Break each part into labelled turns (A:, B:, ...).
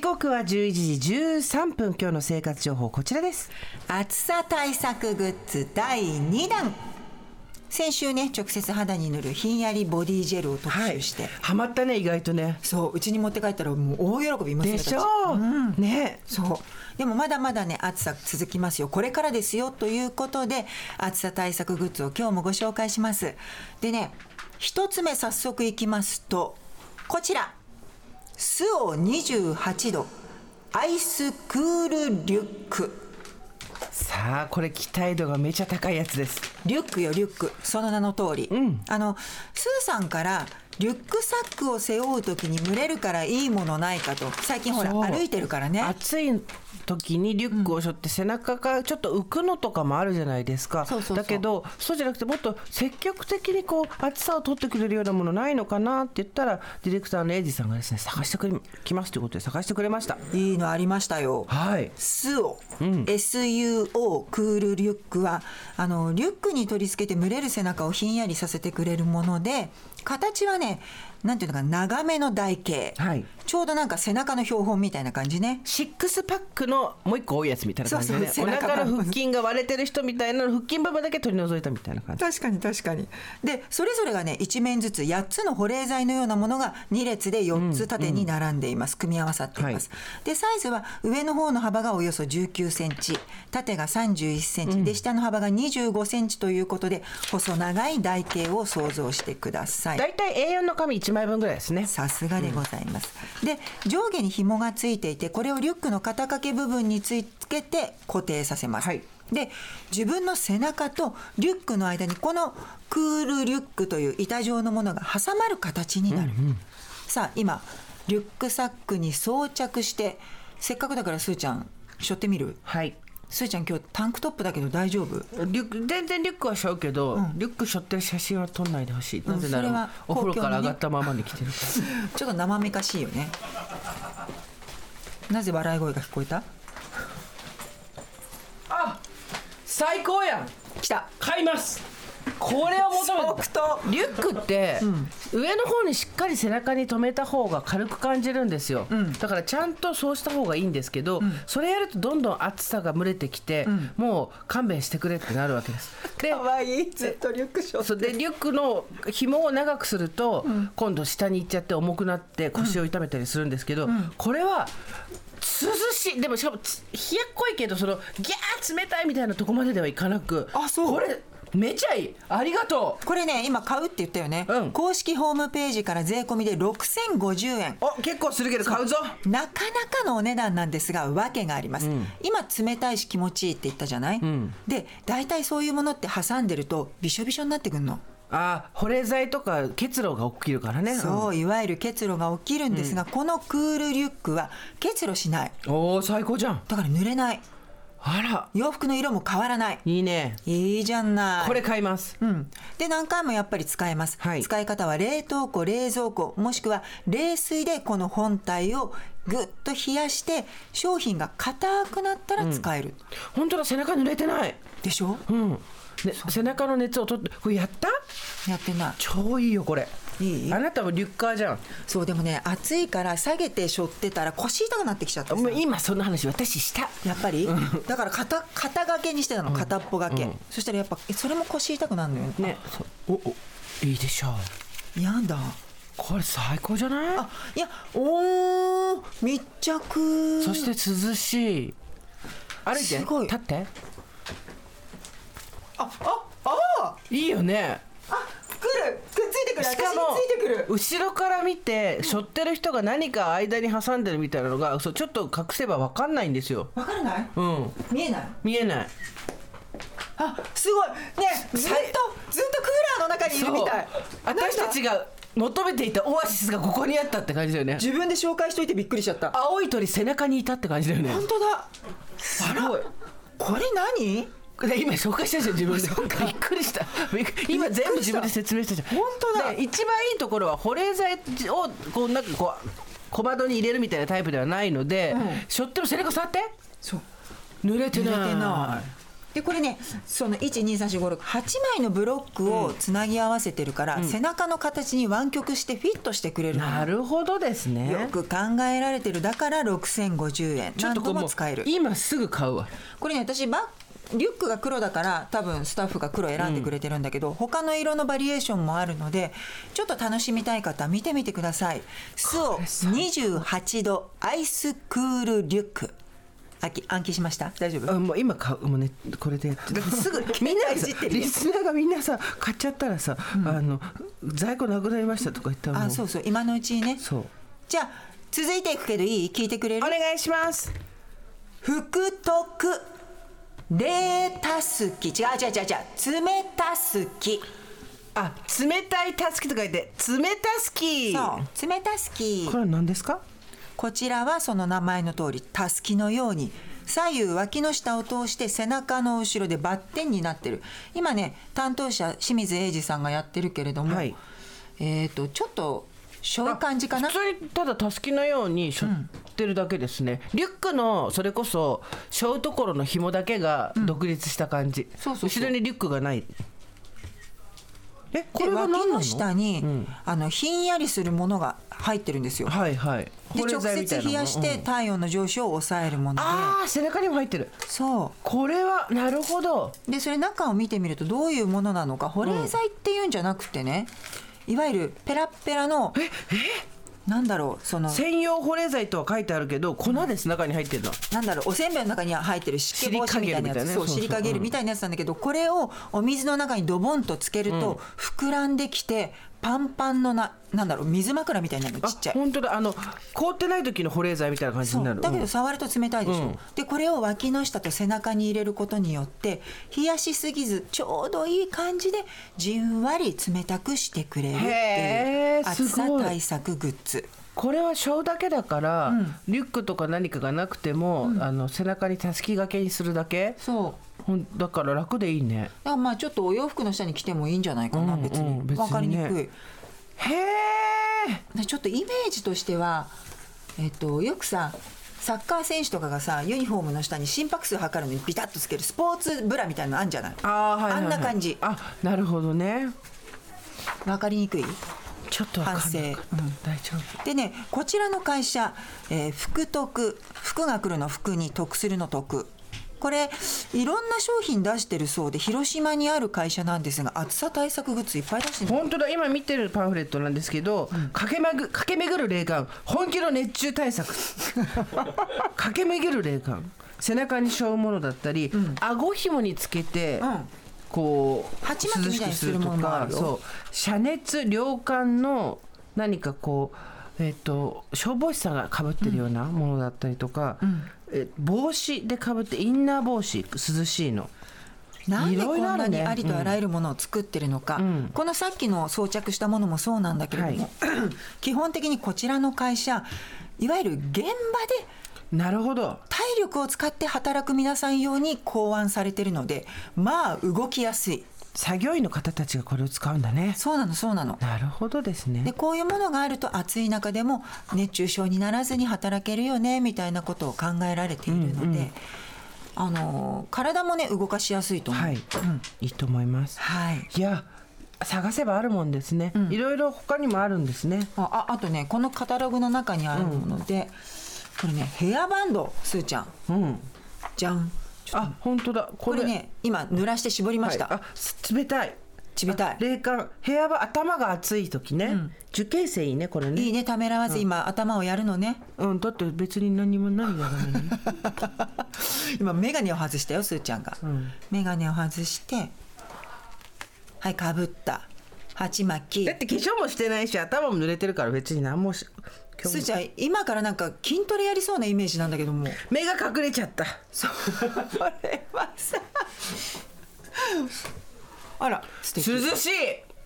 A: 刻は11時13分今日の生活情報こちらです
B: 暑さ対策グッズ第2弾先週ね直接肌に塗るひんやりボディジェルを特集して、
A: ハマったね意外とね
B: そううちに持って帰ったらもう大喜び今
A: でしょう、ね
B: そうでもまだまだね暑さ続きますよこれからですよということで暑さ対策グッズを今日もご紹介しますでね一つ目早速いきますとこちらスオ28度アイスクールリュック
A: さあこれ期待度がめちゃ高いやつです
B: リュックよリュックその名の通り、あのスーさんからリュックサックを背負う時に蒸れるからいいものないかと最近ほら
A: そう
B: 歩いてるからね
A: 暑い時にリュックを背負って背中がちょっと浮くのとかもあるじゃないですか
B: そうそうそう
A: だけどそうじゃなくてもっと積極的にこう暑さを取ってくれるようなものないのかなって言ったらディレクターのエイジさんがですね探してくれきますということで探してくれました
B: いいのありましたよ
A: はい
B: スオ、SUO クールリュックはあのリュックに取り付けて蒸れる背中をひんやりさせてくれるもので形はねなんていうのかな長めの台形、
A: はい
B: ちょうどなんか背中の標本みたいな感じね
A: シックスパックのもう一個多いやつみたいな感じでね
B: そうそう
A: お
B: 背中
A: 腹の腹筋が割れてる人みたいなの腹筋部分だけ取り除いたみたいな感じ
B: 確かに確かにでそれぞれがね1面ずつ8つの保冷剤のようなものが2列で4つ縦に並んでいます、組み合わさっています、でサイズは上の方の幅がおよそ1 9センチ縦が3 1センチ、で下の幅が2 5センチということで細長い台形を想像してください
A: 大体 A4 の紙1枚分ぐらいですね
B: さすがでございます、で上下に紐がついていてこれをリュックの肩掛け部分につけて固定させます、
A: はい
B: で自分の背中とリュックの間にこのクールリュックという板状のものが挟まる形になる、さあ今リュックサックに装着してせっかくだからすーちゃんしょってみる
A: はい
B: すーちゃん今日タンクトップだけど大丈夫
A: リュック全然リュックは背負うけど、リュック背負ってる写真は撮んないでほしいなぜな
B: それ
A: ら
B: は
A: お風呂から
B: 公共の
A: 上
B: ね
A: がったままに来てるか
B: ちょっと生めかしいよねなぜ笑い声が聞こえた
A: らあ最高やん
B: 来た
A: 買いますこれを求め
B: 即答
A: てリュックって、上の方にしっかり背中に留めた方が軽く感じるんですよ、だからちゃんとそうした方がいいんですけど、それやるとどんどん暑さが蒸れてきて、もう勘弁してくれってなるわけ ですで
B: 可愛い ずっとリュックショ
A: そうでリュックの紐を長くすると、今度下に行っちゃって重くなって腰を痛めたりするんですけど、これは涼しいでもしかもつ冷やっこいけどそのギャー冷たいみたいなとこまでではいかなく
B: あそう
A: これめちゃいいありがとう
B: これね今買うって言ったよね、
A: うん
B: 公式ホームページから税込みで6050円
A: お結構するけど買うぞ
B: なかなかのお値段なんですが訳があります、今冷たいし気持ちいいって言ったじゃない、で大体そういうものって挟んでるとびしょびしょになってくんの、
A: あ保冷剤とか結露が起きるからね
B: そ
A: ん
B: ういわゆる結露が起きるんですが、このクールリュックは結露しない
A: おー最高じゃん
B: だから濡れない
A: あら
B: 洋服の色も変わらない
A: いいね
B: いいじゃない
A: これ買います、
B: うん、で何回もやっぱり使えます、
A: はい
B: 使い方は冷凍庫冷蔵庫もしくは冷水でこの本体をぐっと冷やして商品が硬くなったら使える、
A: 本当だ背中濡れてない
B: でしょ
A: うん、ね、背中の熱を取ってこれやった
B: やってない
A: 超いいよこれ
B: いい
A: あなたもリュッカーじゃん
B: そうでもね暑いから下げてしょってたら腰痛くなってきちゃった
A: もう今その話私した
B: やっぱりだから肩肩掛けにしてたの片っぽ掛け、そしたらやっぱえそれも腰痛くなるのよ、
A: ねおおいいでしょう
B: やだ
A: これ最高じゃない
B: あいやおー密着
A: そして涼しい歩いて
B: すごい
A: 立って
B: あああ
A: いいよね
B: あ来るくっついてくる
A: しかも
B: 私についてくる
A: 後ろから見て背負ってる人が何か間に挟んでるみたいなのがそうちょっと隠せば分かんないんですよ
B: わからない
A: うん
B: 見えない
A: 見えない
B: あすごいねずっとずっとクーラーの中にいるみたい
A: そう私たちが求めていたオアシスがここにあったって感じだよね
B: 自分で紹介しといてびっくりしちゃった
A: 青い鳥背中にいたって感じだよね
B: 本当だ
A: すごい
B: これ何
A: で今紹介したじゃん自分でびっくりしたびっく今全部自分で説明したじゃん
B: 本当だ
A: で一番いいところは保冷剤をこうなんかこう小窓に入れるみたいなタイプではないので、
B: ん
A: しょっても背中触って
B: そう
A: 濡れてない
B: 濡れてなでこれねその123456 8枚のブロックをつなぎ合わせてるから、背中の形に湾曲してフィットしてくれるの
A: なるほどですね
B: よく考えられてるだから6050円
A: ちょっ
B: 何
A: とこ
B: 度
A: うも
B: も
A: う
B: 使える
A: 今すぐ買うわ
B: これね私バッリュックが黒だから多分スタッフが黒選んでくれてるんだけど、他の色のバリエーションもあるのでちょっと楽しみたい方見てみてくださいスオ28度アイスクールリュックあき暗記しました大丈夫
A: あもう今買うもうねこれでやってだってす ぐ
B: 携帯
A: みんないさ
B: じってるよ
A: リスナーがみんなさ買っちゃったらさ、あの在庫なくなりましたとか言ったらも
B: あそうそう今のうちにね
A: そう
B: じゃあ続いていくけどいい聞いてくれ
A: お
B: る
A: 願いします
B: 福徳レータスキ違う違う違う違う冷たすき
A: あ冷たいたすきと書いて冷たすき
B: そう冷たすき
A: これは何ですか
B: こちらはその名前の通りたすきのように左右脇の下を通して背中の後ろでバッテンになってる今ね担当者清水英二さんがやってるけれども、
A: はい
B: えっ、とちょっとしょい感じかな
A: 普通にただたすきのようにしょってるだけですね、リュックのそれこそしょうところの紐だけが独立した感じ、
B: そうそうそう
A: 後ろにリュックがないえこ
B: で
A: れは
B: 脇
A: 何な
B: の
A: の
B: 下に、あのひんやりするものが入ってるんですよ
A: はいはい
B: で
A: 保冷
B: 直
A: 剤みたい
B: 接
A: なの
B: 冷やして体温の上昇を抑えるもので、
A: ああ背中にも入ってる
B: そう
A: これはなるほど
B: でそれ中を見てみるとどういうものなのか保冷剤っていうんじゃなくてね、いわゆるペラッペラのなんだろうその
A: 専用保冷剤とは書いてあるけど粉です中に入ってるのは
B: なんだろうおせんべいの中には入ってる湿気防止みたいなやつそう
A: シ
B: シリ
A: リ
B: カ
A: カゲ
B: ゲル
A: ル
B: みたいなやつなんだけどこれをお水の中にドボンとつけると膨らんできてパンパンのななんだろう水枕みたいなのちっちゃい。
A: 本当だあの凍ってない時の保冷剤みたいな感じ
B: そ
A: にな
B: う
A: る
B: だけ
A: う
B: ど
A: ん
B: 触ると冷たいでしょ、
A: うん
B: でこれを脇の下と背中に入れることによって冷やしすぎずちょうどいい感じでじんわり冷たくしてくれるってい
A: へ
B: う
A: ー
B: 暑さ
A: すごい
B: 対策グッズ
A: これはショーだけだから、リュックとか何かがなくても、あの背中にたすきがけにするだけ
B: そう
A: ほんだから楽でいいね
B: だからまあちょっとお洋服の下に着てもいいんじゃないかな、
A: うんうん
B: 別に
A: 別にね
B: わかりにくい
A: へえ
B: でちょっとイメージとしては、えっと、よくさサッカー選手とかがさユニフォームの下に心拍数測るのにビタッとつけるスポーツブラみたいなのあるんじゃない
A: あーはいはいはい
B: あんな感じ
A: あなるほどね
B: わかりにくい
A: ちょっとわかんなかった、
B: 反
A: 大丈夫
B: でねこちらの会社、えー福徳福が来るの福に得するの得これいろんな商品出してるそうで広島にある会社なんですが暑さ対策グッズいっぱい出してる
A: 本当だ今見てるパンフレットなんですけど、駆けまぐ駆け巡る霊感本気の熱中対策 駆け巡る霊感背中に背負うものだったり、顎ひもにつけて、
B: うん
A: こう
B: 鉢巻き
A: 涼
B: み
A: した
B: い
A: く
B: に
A: す
B: する
A: ると
B: ものもあ
A: か
B: るよ
A: そう遮熱涼感の何かこう、えっと消防士さんがかぶってるようなものだったりとか、え帽子でかぶってインナー帽子涼しいの。
B: なんで
A: い
B: こ
A: ろ
B: ん
A: いろあ
B: な
A: る
B: に
A: ね
B: ありとあらゆるものを作ってるのか、
A: ん
B: このさっきの装着したものもそうなんだけれども、 基本的にこちらの会社いわゆる現場で
A: なるほど
B: 体力を使って働く皆さん用に考案されてるのでまあ動きやすい
A: 作業員の方たちがこれを使うんだね。
B: そうなのそうなの
A: なるほどですね
B: で。こういうものがあると暑い中でも熱中症にならずに働けるよねみたいなことを考えられているので、あの体もね動かしやすいと思う。
A: はい、いいと思います。
B: はい
A: いや、探せばあるもんですね。いろいろ他にもあるんですね。
B: あああとねこのカタログの中にあるもので、これねヘアバンドすーちゃん
A: うん。
B: じゃんちょ
A: あ、本当だ。こ
B: こ
A: れ
B: れね今濡らして絞りました、
A: はいあ、す冷たい。
B: 冷たい
A: あ冷感、部屋は頭が熱い時ね。受験生いいね、これね。
B: いいねためらわず今、頭をやるのね
A: うん、だって別に何もないやらないね。
B: 今眼鏡を外したよすーちゃんが、
A: ん
B: 眼鏡を外してはいかぶった鉢巻き
A: だって化粧もしてないし、頭も濡れてるから別に何もし。今日
B: すー
A: も
B: ちゃん今からなんか筋トレやりそうなイメージなんだけども
A: 目が隠れちゃった。
B: そうこれはさ あら素敵
A: 涼しい。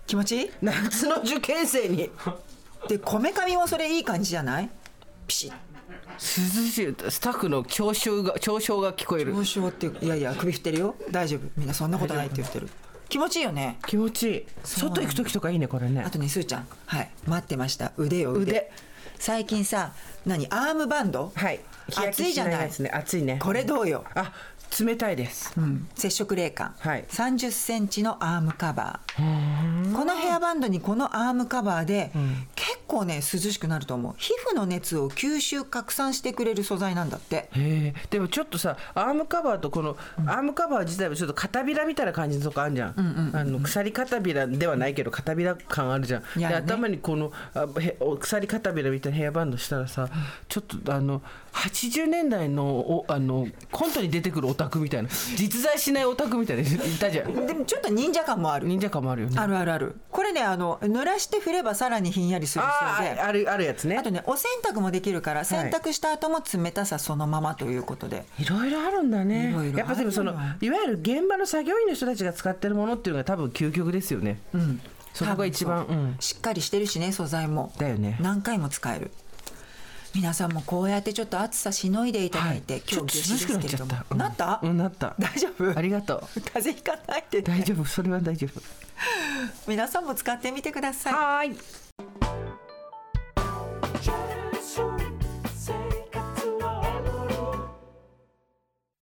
B: 気持ちいい
A: 夏の受験生に。
B: でこめかみもそれいい感じじゃないピシッ
A: 涼しい。スタッフの嘲笑が、嘲笑が聞こえる。
B: 交渉っていやいや首振ってるよ大丈夫みんなそんなことないって言ってる気持ちいいよね
A: 気持ちいい外行く時とかいいねこれね
B: あとねすーちゃんはい待ってました腕よ腕
A: 腕
B: 最近さ何アームバンド
A: はい日焼
B: 暑
A: け
B: い
A: し
B: じゃ
A: な
B: ない
A: やつね暑いね
B: これどうよ
A: あ冷たいです
B: うん接触冷感、
A: はい
B: 3 0センチのアームカバーこのヘアバンドにこのアームカバーで、結構ね涼しくなると思う皮膚の熱を吸収拡散してくれる素材なんだって
A: へえでもちょっとさアームカバーとこの、アームカバー自体もちょっと片びらみたいな感じのとこあるじゃん,、あの鎖片びらではないけど片びら感あるじゃん、
B: いや
A: で
B: ね
A: 頭にこのあへお鎖片びらみたいなヘアバンドしたらさ、ちょっとあの80年代のおあのコントに出てくるオタクみたいな実在しないオタクみたいないたじゃん
B: でもちょっと忍者感もある
A: 忍者感もあるよね
B: あるあるあるこれねあの濡らして振ればさらにひんやりする
A: あ
B: そう
A: ー
B: で
A: ああるあるやつね
B: あとねお洗濯もできるから洗濯した後も冷たさそのままということで、
A: いろいろあるんだね
B: いろいろあるの
A: やっぱでもそのいわゆる現場の作業員の人たちが使ってるものっていうのが多分究極ですよね、
B: うん
A: そこが一番
B: 多分そう
A: うん
B: しっかりしてるしね素材も
A: だよね
B: 何回も使える皆さんもこうやってちょっと暑さしのいでいただいて、
A: ちょっと涼しくなっちゃった、うん
B: なった、
A: うん、なった
B: 大丈夫
A: ありがとう
B: 風邪ひかないでね、
A: 大丈夫それは大丈夫
B: 皆さんも使ってみてください
A: はーい